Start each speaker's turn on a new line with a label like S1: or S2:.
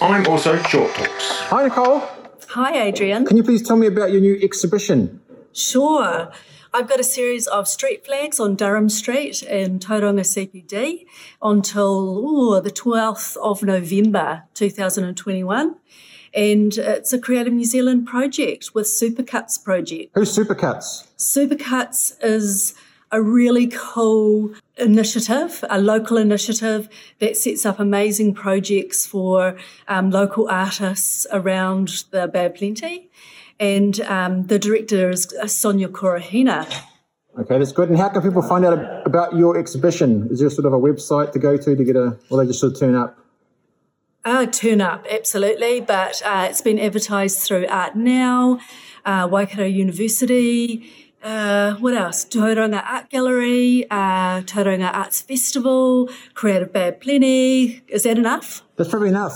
S1: I'm also Short Talks.
S2: Hi, Nicole.
S3: Hi, Adrian.
S2: Can you please tell me about your new exhibition?
S3: Sure. I've got a series of street flags on Durham Street in Tauranga CPD until ooh, the 12th of November 2021. And it's a Creative New Zealand project with Supercuts Project.
S2: Who's Supercuts?
S3: Supercuts is a really cool initiative, a local initiative that sets up amazing projects for um, local artists around the Bay of Plenty. And um, the director is Sonia Korahina.
S2: Okay, that's good. And how can people find out ab- about your exhibition? Is there sort of a website to go to to get a, or they just sort of turn up?
S3: Uh, turn up, absolutely. But uh, it's been advertised through Art Now, uh, Waikato University, uh, what else? Tauranga Art Gallery, uh, Tauranga Arts Festival, Creative Bay Plenty. Is that enough?
S2: That's probably enough.